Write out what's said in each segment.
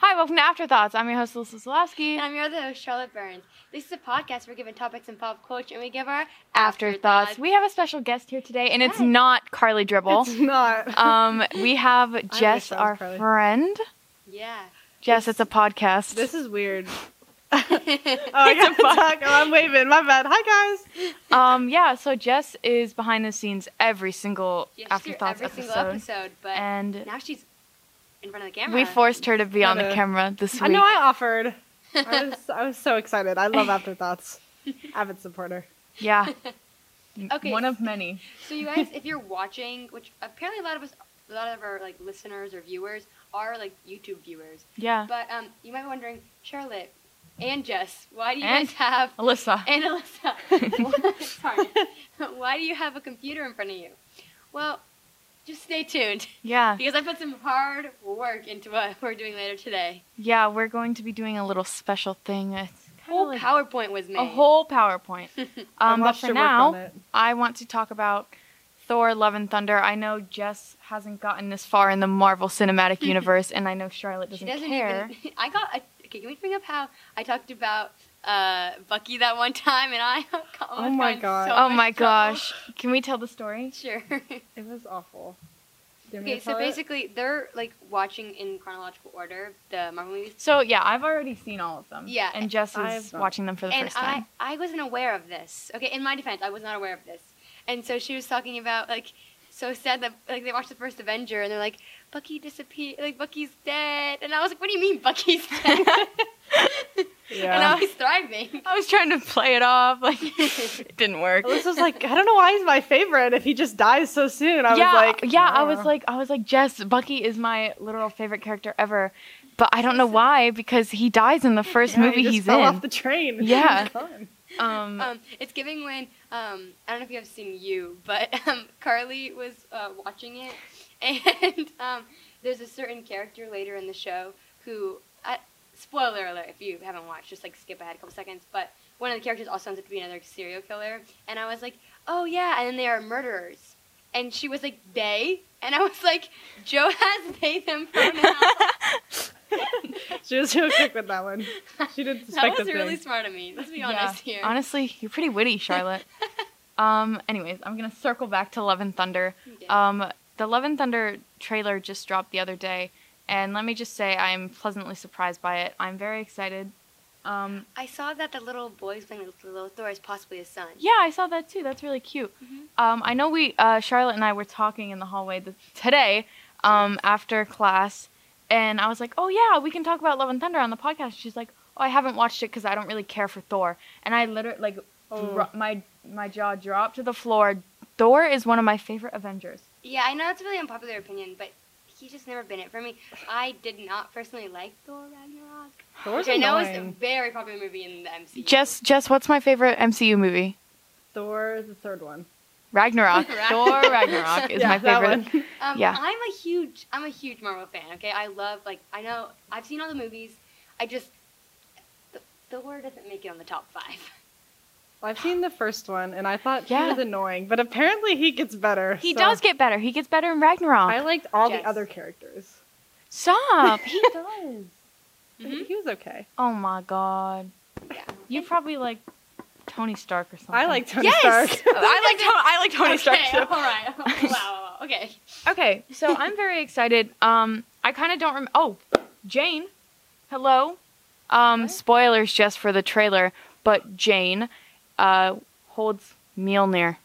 time, welcome to Afterthoughts. I'm your host, Alyssa Solowski. And I'm your other host, Charlotte Burns. This is a podcast where we give topics and pop culture, and we give our afterthoughts. We have a special guest here today, and it's Yes. not Carly Dribble. It's not. um, we have Jess, sounds our Carly. friend. yeah. Jess, it's a podcast. This is weird. Hi, Oh, I It's a can't talk. Oh, I'm waving. My bad. Hi, guys. um, yeah, so Jess is behind the scenes every single Yeah, she's here Afterthoughts every episode. single episode, but And now she's in front of the camera. we forced her to be on the Kinda. camera this week. I know I offered. I was, I was so excited. I love Afterthoughts. Avid supporter. Yeah. Okay. One of many. so you guys, if you're watching, which apparently a lot of us, a lot of our like listeners or viewers are like YouTube viewers, Yeah. but um, you might be wondering, Charlotte and Jess, why do you And- guys have Alyssa. And Alyssa, sorry, why do you have a computer in front of you? Well, just stay tuned Yeah. because I put some hard work into what we're doing later today. Yeah, we're going to be doing a little special thing. It's A kind of whole like PowerPoint was made. a whole PowerPoint. I Um, but watched for her work now, on it. I want to talk about Thor: Love and Thunder. I know Jess hasn't gotten this far in the Marvel Cinematic Universe, and I know Charlotte she doesn't, doesn't care. even. I got. A, okay, can we bring up how I talked about uh, Bucky that one time, and I. almost Oh got my in God. so oh much my trouble. gosh! Can we tell the story? Sure. It was awful. Do you want me okay, to so tell it? basically, they're like watching in chronological order the Marvel movies. So yeah, I've already seen all of them. Yeah, and Jess I is have not. watching them for the and first I, time. I wasn't aware of this. Okay, in my defense, I was not aware of this. And so she was talking about like so sad that like they watched the first Avenger and they're like Bucky disappeared, like Bucky's dead, and I was like, what do you mean Bucky's dead? And I yeah. was thriving. I was trying to play it off, like it didn't work. Alyssa's like, I don't know why he's my favorite if he just dies so soon. I yeah, was like, yeah, I "Nah." was like, I was like, Jess, Bucky is my literal favorite character ever, but I don't know why because he dies in the first Yeah, he movie just he's fell in. off the Oh, train. Yeah. It's fun. um, Um, it's giving when um, I don't know if you have seen you, but um, Carly was uh, watching it, and um, there's a certain character later in the show who, I, spoiler alert, if you haven't watched, just like skip ahead a couple seconds. But one of the characters also ends up to be another serial killer, and I was like, oh yeah, and then they are murderers, and she was like they, and I was like, Joe has they them pronouns. She was real quick with that one. She that didn't suspect a was thing. really smart of me. Let's be Yeah. honest here. Honestly, you're pretty witty, Charlotte. um, anyways, I'm gonna circle back to Love and Thunder. Okay. Um, the Love and Thunder trailer just dropped the other day, and let me just say I'm pleasantly surprised by it. I'm very excited. Um, I saw that the little boy's playing with the little Thor is possibly his son. yeah, I saw that too. That's really cute. Mm-hmm. Mhm. Um, I know we uh, Charlotte and I were talking in the hallway th- today um, after class, and I was like, "Oh yeah, we can talk about Love and Thunder on the podcast." She's like, "Oh, I haven't watched it because I don't really care for Thor," and I literally like Oh. dro- my my jaw dropped to the floor. Thor is one of my favorite Avengers. Yeah, I know it's a really unpopular opinion, but he's just never been it for me. I did not personally like Thor Ragnarok, Thor's which I know is a annoying. very popular movie in the MCU. Jess, Jess, what's my favorite MCU movie? Thor, the third one. Ragnarok. Rag- Thor Ragnarok is Yeah, my that favorite. one. um, yeah. I'm a huge, I'm a huge Marvel fan. Okay, I love like I know I've seen all the movies. I just Th- Thor doesn't make it on the top five. I've seen the first one, and I thought Yeah. he was annoying, but apparently he gets better. He so- does get better. He gets better in Ragnarok. I liked all Yes. the other characters. Stop. He does. Mhm. He was okay. oh my god. Yeah. You probably like Tony Stark or something. I like Tony Yes! Stark. I like Tony. I like Tony Stark okay, too. All right. wow, wow, wow. Okay. Okay, so I'm very excited. Um, I kind of don't remember. Oh, Jane, hello. Um, What? spoilers just for the trailer, but Jane, uh, holds Mjolnir,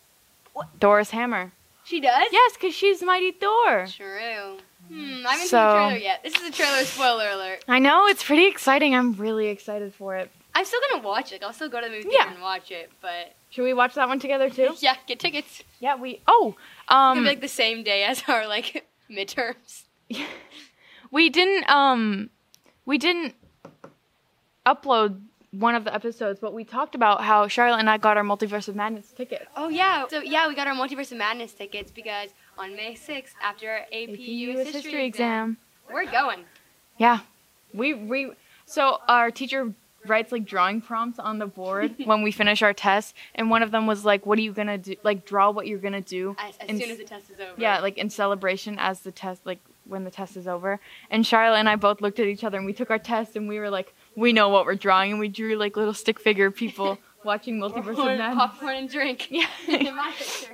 What? Thor's hammer. She does. Yes, cause she's mighty Thor. True. Hmm. I haven't seen So- the trailer yet. This is a trailer spoiler alert. I know it's pretty exciting. I'm really excited for it. I'm still gonna watch it. I'll still go to the movie theater Yeah. and watch it, but Should we watch that one together too? yeah, get tickets. Yeah, we. Oh, um, It'll be like the same day as our like midterms. we didn't um we didn't upload one of the episodes but we talked about how charlotte and i got our multiverse of madness ticket Oh yeah. So yeah, we got our Multiverse of Madness tickets because on May 6th, after our AP, US history, exam, we're going. yeah we we so our teacher writes like drawing prompts on the board when we finish our test and one of them was like what are you gonna do like draw what you're gonna do As, as And soon s- as the test is over. yeah like in celebration as the test like when the test is over. And Charlotte and I both looked at each other and we took our test and we were like, we know what we're drawing. And we drew like little stick figure people watching Multiverse of popcorn, Madness. popcorn and drink. Yeah. in my picture.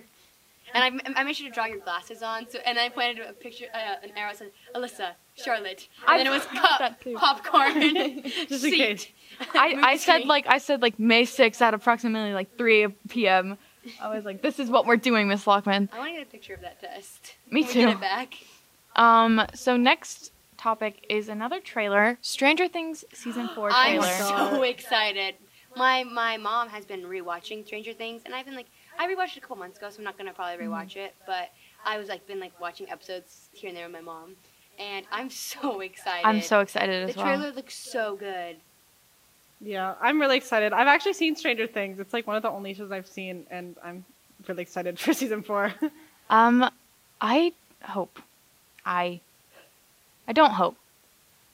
And I, I made sure to draw your glasses on. So and I pointed to a picture, uh, an arrow that said Alyssa, Charlotte, and I then it was thought cup, that too. popcorn, Just in seat. case. I, Movie I said screen. like I said like May 6th at approximately like 3 p.m. I was like, this is what we're doing, Miss Lockman. I want to get a picture of that test. Me Can we get too. it back. Um, so next topic is another trailer, Stranger Things season four I'm trailer. God. so excited. My my mom has been rewatching Stranger Things, and I've been like, I rewatched it a couple months ago, so I'm not gonna probably rewatch it. But I was like, been like watching episodes here and there with my mom, and I'm so excited. I'm so excited The as well. trailer looks so good. Yeah, I'm really excited. I've actually seen Stranger Things. It's like one of the only shows I've seen, and I'm really excited for season four. Um, I hope, I, I don't hope,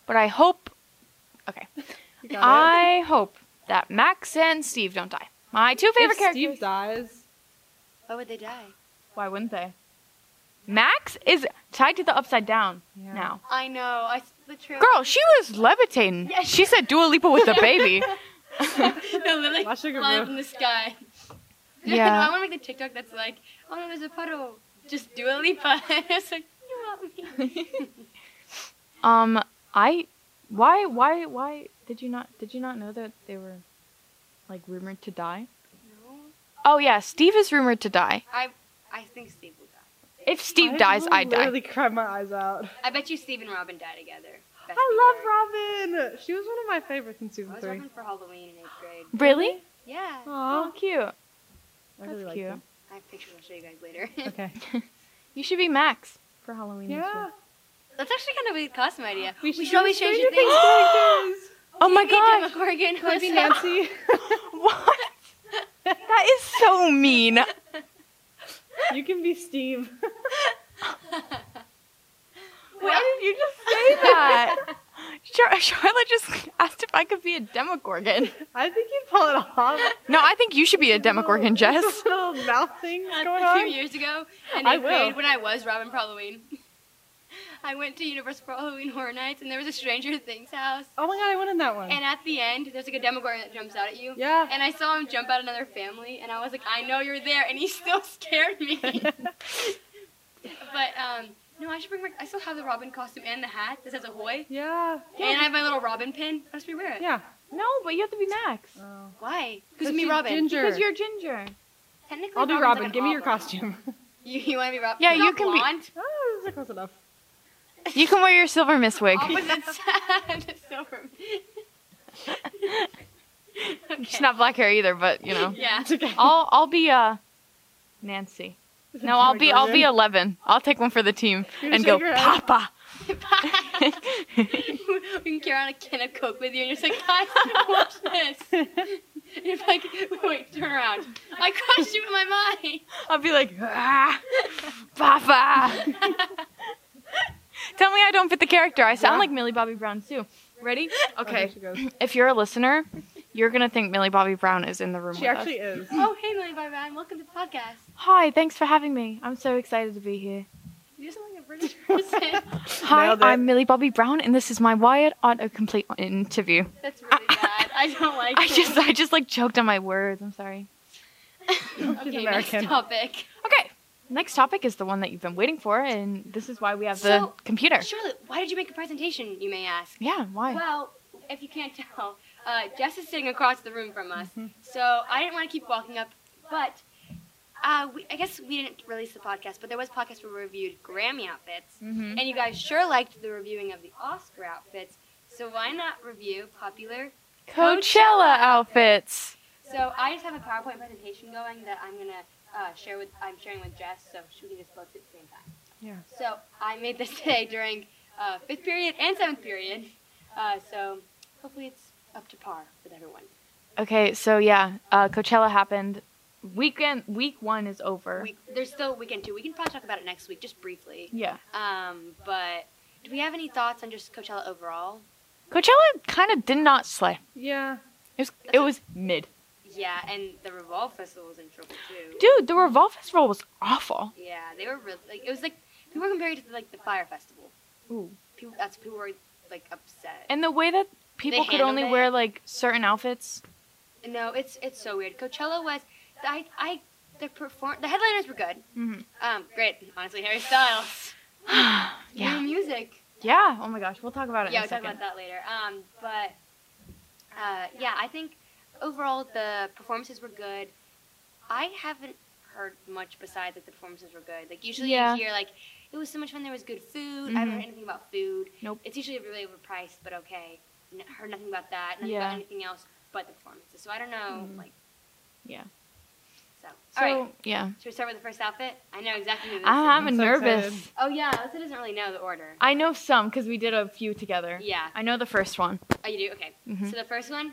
but I hope. Okay, You got it? I hope that Max and Steve don't die. My two favorite if characters. Steve dies. Why would they die? Why wouldn't they? Max is tied to the upside down Yeah. now. I know. I s- the trailer. Girl, she was levitating. Yeah, She said Dua Lipa with the baby. no, literally Watch your flying group. from the sky. Yeah. no, I want to make the TikTok that's like, oh no, there's a puddle. Just do a Lipa. it's like, you want me? Um, I, why, why, why did you not, did you not know that they were, like, rumored to die? no, Oh yeah, Steve is rumored to die. I, I think Steve will die. If Steve I dies, will I die. literally cried my eyes out. I bet you Steve and Robin die together. Best ever. I love Robin. She was one of my favorites in season I was three. Robin for Halloween in eighth grade. Really? Yeah. Oh, Aww, cute. I That's really liked cute. them. I have pictures I'll show you guys later. Okay. You should be Max for Halloween. this Yeah. year. That's actually kind of a costume idea. We should, do always change your Stranger things. Things. Oh my god. gosh. McCorgan, Could I be Nancy? What? That is so mean. you can be Steve. Why did you just say that? Char- Charlotte just asked if I could be a Demogorgon. I think you'd pull it off. No, I think you should be a Demogorgon, Jess. Little mouth things Uh, going a on. few years ago in I eighth grade will. when I was Robin for Halloween. I went to Universal for Halloween Horror Nights and there was a Stranger Things house. Oh my god, I went in that one. And at the end, there's like a Demogorgon that jumps out at you. yeah. And I saw him jump out another family, and I was like, I know you're there, and he still scared me. but um, no, I should bring my. I still have the Robin costume and the hat that says Ahoy, yeah. and I have my little Robin pin. I'll just rewear it. Yeah. No, but you have to be Max. Oh. Why? But Because me, she's Robin. ginger. Because you're Ginger. Technically, I'll do Robin's like Robin. an Give me your olive. costume. You, you want to be Robin? Yeah, You're not you can be- blonde. oh, this is close enough. You can wear your silver miss wig. Opposite side. It's so from. She's not black hair either, but you know. Yeah. It's okay. I'll I'll be uh Nancy. No, I'll be I'll be 11. Demogorgon. I'll take one for the team You're and go shaking your head. Papa. we can carry on a can of Coke with you, and you're just like, guys, watch this. And you're like, wait, turn around. I crushed you with my mind. I'll be like ah, Papa. Tell me I don't fit the character. I sound Yeah. like Millie Bobby Brown too. Ready? there Okay. Oh she goes. If you're a listener, you're gonna think Millie Bobby Brown is in the room She with actually us. is. Oh, hey, Millie Bobby Brown, welcome to the podcast. Hi, thanks for having me. I'm so excited to be here. You sound like a British person. Hi, Nailed it. I'm Millie Bobby Brown, and this is my Wired autocomplete interview. That's really bad. I don't like I it. just, I just like choked on my words. I'm sorry. okay, American. next topic. Okay. Next topic is the one that you've been waiting for, and this is why we have the So- computer. Charlotte, why did you make a presentation, you may ask? Yeah, why? Well, if you can't tell, uh, Jess is sitting across the room from us, Mm-hmm. so I didn't want to keep walking up. But uh, we, I guess we didn't release the podcast, but there was a podcast where we reviewed Grammy outfits, mm-hmm. and you guys sure liked the reviewing of the Oscar outfits. So why not review popular? Coachella outfits. So I just have a PowerPoint presentation going that I'm gonna uh, share with I'm sharing with Jess, so she can just both at the same time. Yeah. So I made this today during uh, fifth period and seventh period. Uh, so hopefully it's up to par with everyone. Okay, so yeah, uh, Coachella happened. Weekend week one is over. We, there's still weekend two. We can probably talk about it next week, just briefly. yeah, Um, but do we have any thoughts on just Coachella overall? Coachella kind of did not slay. Yeah. It was it was mid. Yeah, and the Revolve Festival was in trouble too. Dude, the Revolve Festival was awful. Yeah, they were really like it was like people were comparing it to like the Fire Festival. Ooh. People, that's people were like upset. And the way that people could handled only it? wear like certain outfits. no, it's it's so weird. Coachella was I I the perform the headliners were good. Mhm. Um, great, honestly, Harry Styles. yeah. New music. Yeah. Oh my gosh. We'll talk about it Mm-hmm. yeah, in we'll a second. talk about that later. Um, but uh, yeah, I think overall the performances were good. I haven't heard much besides that the performances were good. Like usually Yeah. you hear like it was so much fun. There was good food. I haven't Mhm. heard anything about food. Nope. It's usually really overpriced, but okay. N- heard nothing about that. Nothing Yeah. Mm-hmm. about anything else but the performances. So I don't know. Mm. Like. Yeah. So, So all right. yeah, Should we start with the first outfit? I know exactly who this I'm, is. I'm so nervous. excited. Oh yeah, Alyssa doesn't really know the order. I know some because we did a few together. Yeah. I know the first one. Oh, you do. Okay. Mhm. So the first one.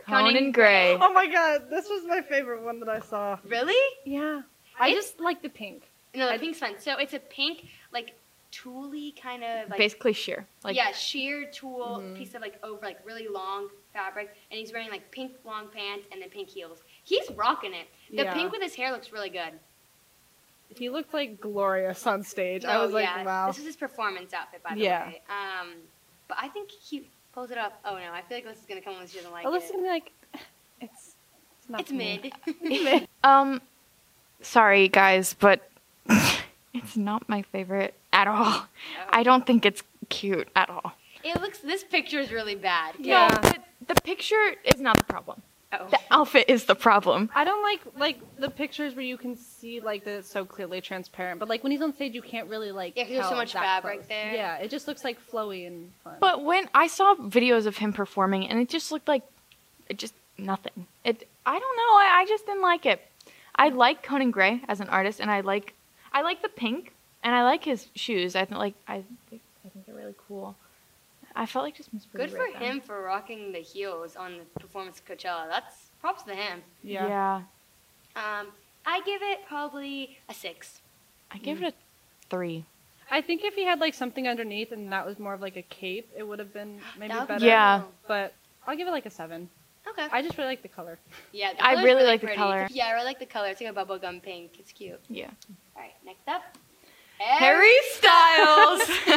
Conan, Conan Gray. Oh my god, this was my favorite one that I saw. Really? Yeah. I It's- just like the pink. No, the pink's fun. So it's a pink, like tulle kind of like Basically sheer. Like yeah, sheer tulle Mhm. piece of like over like really long fabric, and he's wearing like pink long pants and then pink heels. He's rocking it. The Yeah. pink with his hair looks really good. He looked like glorious on stage. I No, was like, Oh, yeah. wow. This is his performance outfit, by the Yeah. way. Um, but I think he pulls it up. Oh no, I feel like Alyssa's gonna come on. She doesn't like Alyssa's it. Oh, gonna be like, it's, it's not It's for me." mid. Um, sorry guys, but it's not my favorite at all. I don't think it's cute at all. it looks. This picture is really bad. Yeah. No, the, the picture is not the problem. Oh. The outfit is the problem. I don't like like the pictures where you can see like that it's so clearly transparent, but like when he's on stage, you can't really like. Yeah, 'cause there's so tell much that fabric close. there. Yeah, it just looks like flowy and fun. But when I saw videos of him performing, and it just looked like it just nothing. It I don't know. I, I just didn't like it. I like Conan Gray as an artist, and I like I like the pink, and I like his shoes. I think like I think I think they're really cool. I felt like just Miss Good Pretty for Rare then. him for rocking the heels on the performance of Coachella. That's props to him. Yeah. yeah. Um, I give it probably a six. I give it a three. I think if he had like something underneath and that was more of like a cape, it would have been maybe That would better. be Yeah. cool. But I'll give it like a seven. Okay. I just really like the color. yeah. the I color's really like the pretty. color. Yeah, I really like the color. It's like a bubblegum pink. It's cute. Yeah. All right. Next up, Harry Styles.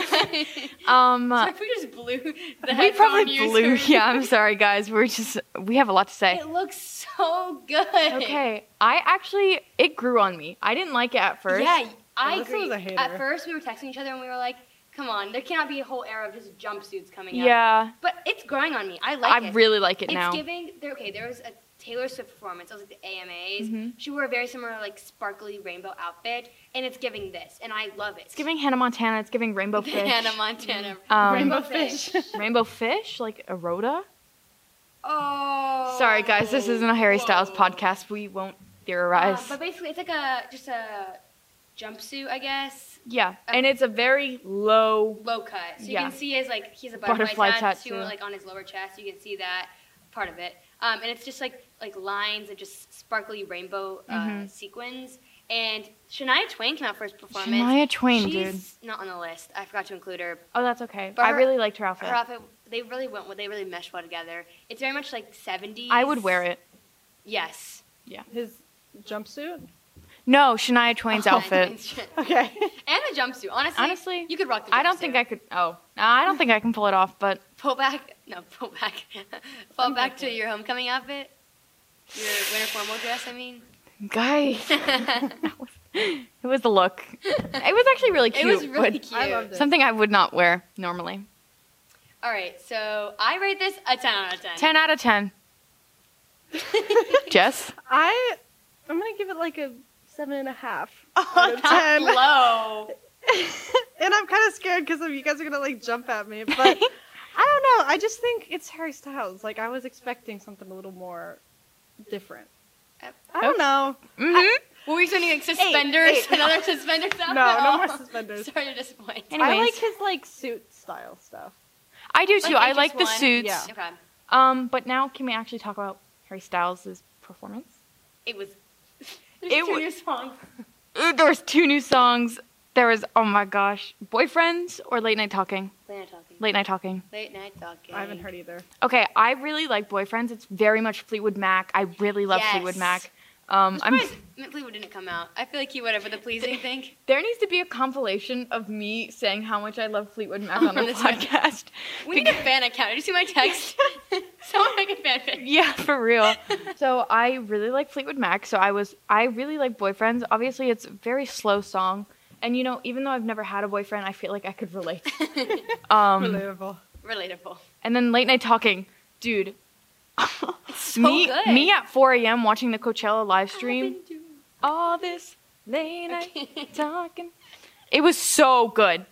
um. Sorry, Uh, we just blew. The we probably headphone blew. user. Yeah, I'm sorry, guys. We're just we have a lot to say. It looks so good. Okay, I actually it grew on me. I didn't like it at first. Yeah, I Alyssa agree. was Oh, a hater. At first, we were texting each other and we were like, "Come on, there cannot be a whole era of just jumpsuits coming out." yeah. But it's growing on me. I like I it. really like it it's now. giving there okay there was a taylor swift performance i was at the amas Mhm. she wore a very similar like sparkly rainbow outfit and it's giving this and i love it it's giving Hannah Montana. It's giving Rainbow Fish. hannah montana Um, Rainbow fish. Rainbow Fish, like Eroda. oh Sorry, guys, this isn't a Harry Styles Whoa. podcast. We won't Uh, theorize. but basically it's like a just a jumpsuit i guess yeah, and it's a very low. low cut so you Yeah. can see his like he's a butterfly, Butterfly tattoo, tattoo. like on his lower chest you can see that part of it um, and it's just like like lines and just sparkly rainbow uh, Mhm. sequins and Shania Twain came out for his performance. Shania Twain, dude. She's not on the list. I forgot to include her. Oh, that's okay. But I her- really liked her outfit. Her outfit, they really went, they really meshed well together. It's very much like 70s. I would wear it. Yes. His jumpsuit. No, Shania Twain's Shania outfit. Twain's shit. Okay. and a jumpsuit. Honestly, Honestly, you could rock the jumpsuit. I don't think I could. Oh, no, I don't think I can pull it off. But Pull back, no, pull back. Fall back to your homecoming outfit. Your winter formal dress, I mean. guys, it it was the look. It was actually really cute. was really but- cute. I loved it. Something I would not wear normally. All right, so I rate this a 10 out of 10. 10 out of 10. Jess? I I'm gonna give it like a seven and a half out Oh, of that's ten. low. and I'm kind of scared because you guys are gonna like jump at me, but I don't know. I just think it's Harry Styles. Like I was expecting something a little more different. I don't know. hmm Were we sending like suspenders? eight. Another suspenders outfit? No, no more Oh, suspenders. Sorry to disappoint. Anyways, I, I like his like suit style stuff. do too. Like, I just like the one. suits. Yeah. Okay. Um, but now can we actually talk about Harry Styles' performance? It was. It It wa- was song. Ooh, there was two new songs. There was oh my gosh, boyfriends or late night talking. Late night talking. Late night talking. Late night talking. I haven't Hmm. heard either. Okay, I really like boyfriends. It's very much Fleetwood Mac. I really love Yes. Fleetwood Mac. Um, I'm surprised Fleetwood didn't come out. I feel like he went over the pleasing thing. There needs to be a compilation of me saying how much I love Fleetwood Mac on the podcast. Oh We need a fan account. Did you see my text? Someone make a fanfic. yeah, for real. so I really like Fleetwood Mac. So I was I really like Boyfriends. Obviously, it's a very slow song, and you know, even though I've never had a boyfriend, I feel like I could relate. Um, Relatable. Relatable. and then late night talking, dude. so me, good. Oh me at 4 a.m. watching the Coachella live stream. I've been doing- All this late night Okay. talking. It was so good.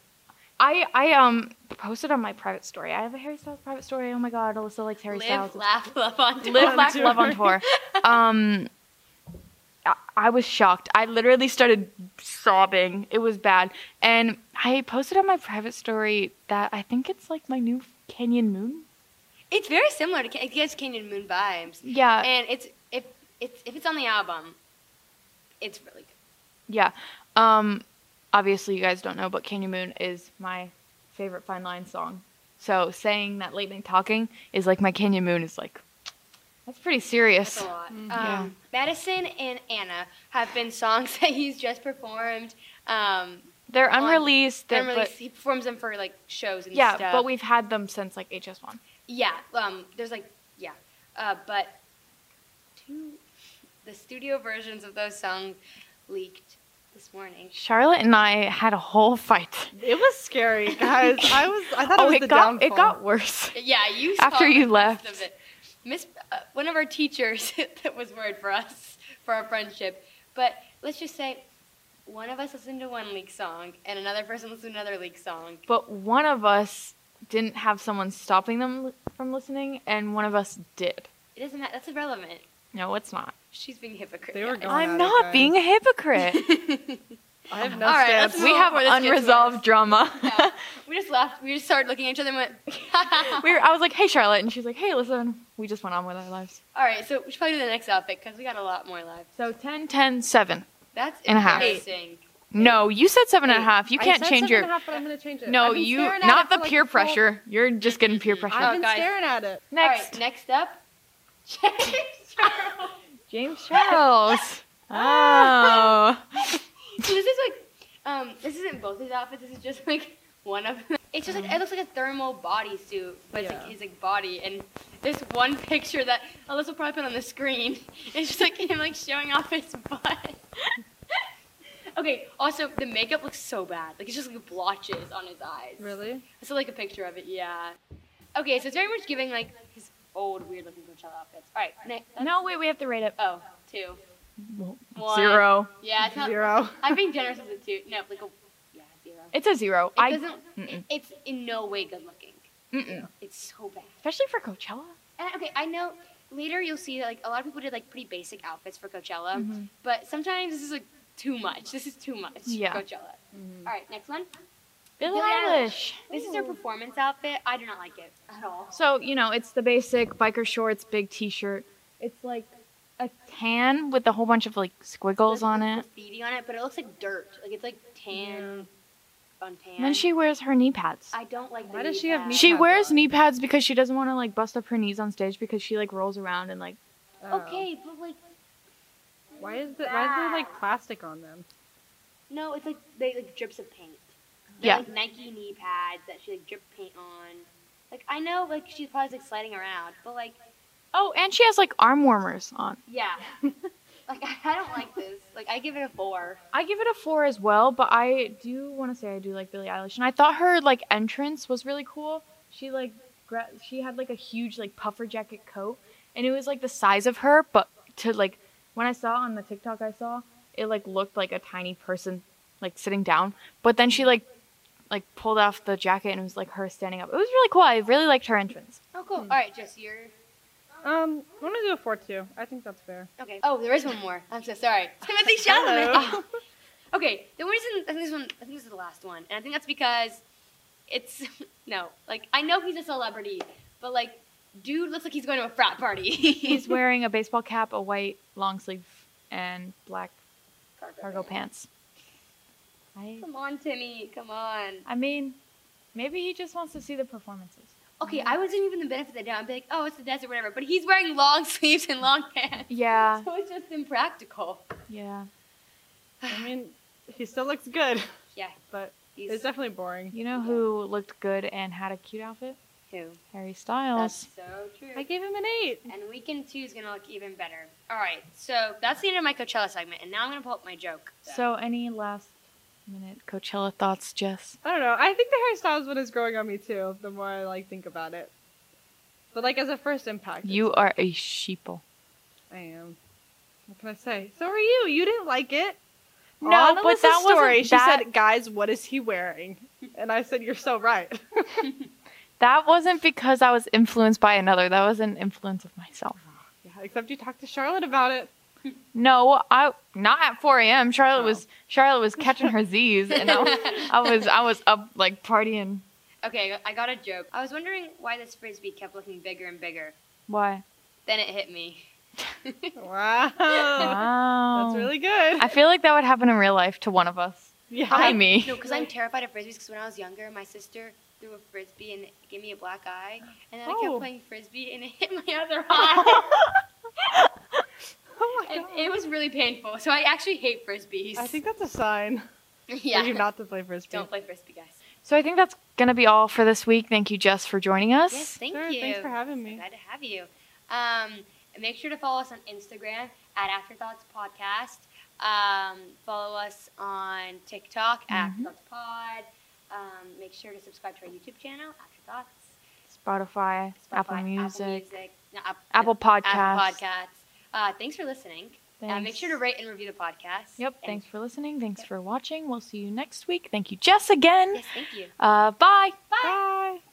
I I um posted on my private story. I have a Harry Styles private story. Oh my god, Alyssa likes Harry Styles. Live, laugh, love on tour. Live, on laugh, tour. love on tour. Um, I, I was shocked. I literally started sobbing. It was bad, and I posted on my private story that I think it's like my new Kenyan moon. It's very similar to Ca- it gives Canyon Moon vibes, Yeah, and it's if it's if it's on the album, it's really good. Yeah. Um obviously you guys don't know, but Canyon Moon is my favorite fine line song. So saying that late night talking is like my Canyon Moon is like that's pretty serious. That's a lot. Um, Mhm. Yeah. Madison and Anna have been songs that he's just performed. Um, They're on- unreleased. They're, and released- he performs them for like shows but, and yeah, stuff. but we've had them since like HS1. Yeah, um, there's like yeah, uh, but two, the studio versions of those songs leaked this morning. Charlotte and I had a whole fight. It was scary, guys. I was. I thought it Oh, was it the got downfall. it got worse. Yeah, you After saw you the rest left. of it. Miss, uh, one of our teachers that was word for us for our friendship. But let's just say, one of us listened to one leak song and another person listened to another leak song. But one of us didn't have someone stopping them li- from listening and one of us did. It doesn't matter. That's irrelevant. No, it's not. She's being hypocritical. They were going I'm at it, not guys. being a hypocrite. I have no All right, stance. let's we move have on. This gets unresolved worse. drama. No, we just laughed. We just started looking at each other and went. we were, I was like, "Hey, Charlotte," and she was like, "Hey, listen." We just went on with our lives. All right, so we should probably do the next outfit because we got a lot more live. So 10, 10, 7. That's And a half. embarrassing. No, you said seven and a Eight. half. You I can't said change seven your. and a half, but I'm gonna change it. No, I've been you staring at not it the for, like, peer the full- pressure. You're just getting peer pressure. I've been Oh, guys. staring at it. Next, All right, next up, James Charles. James Charles. oh, So this is like, um, this isn't both his outfits. This is just like one of them. It's just Uh-huh. like it looks like a thermal bodysuit, but it's Yeah. like his like body. And this one picture that Alyssa will probably put on the screen is just like him like showing off his butt. okay. Also, the makeup looks so bad. Like it's just like blotches on his eyes. Really? I still like a picture of it. Yeah. Okay, so it's very much giving like his old weird looking Coachella outfits. All right. Next. no! Wait, we have to rate it Oh, two. One. zero. Yeah, it's not. Zero. I'm being generous with a two. No, like a yeah, zero. It It's a zero. I doesn't. mm-mm. It's in no way good looking. mm-mm. It's so bad. especially for Coachella. And I- okay, I know later you'll see that like a lot of people did like pretty basic outfits for Coachella, Mhm. but sometimes this is like too much. This is too much. Yeah. For Coachella. Mm. All right, next one. Billie Billie Eilish. This is her performance outfit. I do not like it at all. So, you know, it's the basic biker shorts, big t shirt. It's like a tan with a whole bunch of like squiggles There's, on like, it. Graffiti on it, but it looks like dirt. Like it's like tan on tan. And then she wears her knee pads. I don't like. the Why does knee she have pad. knee She pads wears on. knee pads because she doesn't want to like bust up her knees on stage because she like rolls around and like Oh. Okay, but like Why is the, Why is there like Wow. plastic on them? no, it's like they like drips of paint. They're, Yeah. Like Nike knee pads that she like drip paint on. Like I know like she's probably like sliding around, but like Oh, and she has like arm warmers on. yeah. like I, I don't like this. Like I give it a four. I give it a four as well, but I do want to say I do like Billie Eilish, and I thought her like entrance was really cool. She like gra- she had like a huge like puffer jacket coat, and it was like the size of her, but to like when I saw on the TikTok I saw it like looked like a tiny person like sitting down, but then she like like pulled off the jacket and it was like her standing up. It was really cool. I really liked her entrance. Oh cool. All right, Jess, you're Um, I'm gonna do a four two. I think that's fair. okay. Oh, there is one more. I'm so sorry. Timothy Chalamet. Hello. Okay, the reason I think this one, I think this is the last one, and I think that's because it's no, like I know he's a celebrity, but like, dude looks like he's going to a frat party. He's wearing a baseball cap, a white long sleeve, and black cargo pants. I Come on, Timmy, come on. I mean, maybe he just wants to see the performances. okay, I wasn't even the benefit of the doubt. I'd be like, oh, it's the desert, whatever. But he's wearing long sleeves and long pants. Yeah. So it's just impractical. Yeah. I mean, he still looks good, Yeah. but He's it's definitely boring. You know who looked good and had a cute outfit? who? Harry That's Styles. so true. I gave him an eight. and weekend two is gonna look even better. All right, so that's the end of my Coachella segment, and now I'm gonna pull up my joke. So, any last minute Coachella thoughts, Jess? I don't know. I think the Harry Styles one is growing on me too. The more I like think about it, but like as a first impact, it's- You are a sheeple. I am. What can I say? So are you. You didn't like it. No, On but Alyssa's that wasn't story, that- She said, "Guys, what is he wearing?" And I said, "You're so right." That wasn't because I was influenced by another. That was an influence of myself. yeah, except you talked to Charlotte about it. No, I not at 4 a.m. Charlotte Oh. was Charlotte was catching her Z's, and I, I was I was up like partying. okay, I got a joke. I was wondering why this frisbee kept looking bigger and bigger. Why? Then it hit me. Wow, Wow, Um, that's really good. I feel like that would happen in real life to one of us. yeah, Hi, me. No, because I'm terrified of frisbees. Because when I was younger, my sister threw a frisbee and it gave me a black eye, and then I Oh. kept playing frisbee and it hit my other eye, Oh my and god. it was really painful. So I actually hate frisbees. I think that's a sign yeah. for you not to play frisbee. Don't play frisbee, guys. So I think that's gonna be all for this week. Thank you, Jess, for joining us. Yes, thank sure, you. Thanks for having me. Glad to have you. Um, make sure to follow us on Instagram at Afterthoughts Podcast. Um, follow us on TikTok at Mhm. Afterthoughts Pod. Um, make sure to subscribe to our YouTube channel, Afterthoughts. Spotify, Spotify, Apple Music, Apple, no, App- Podcasts. Apple Podcasts. Uh, thanks for listening. Uh, make Thanks. sure to rate and review the podcast. Yep. And- Thanks for listening. Thanks for watching. We'll see you next week. Thank you, Jess, again. Yes, thank you. Uh, bye. Bye. Bye.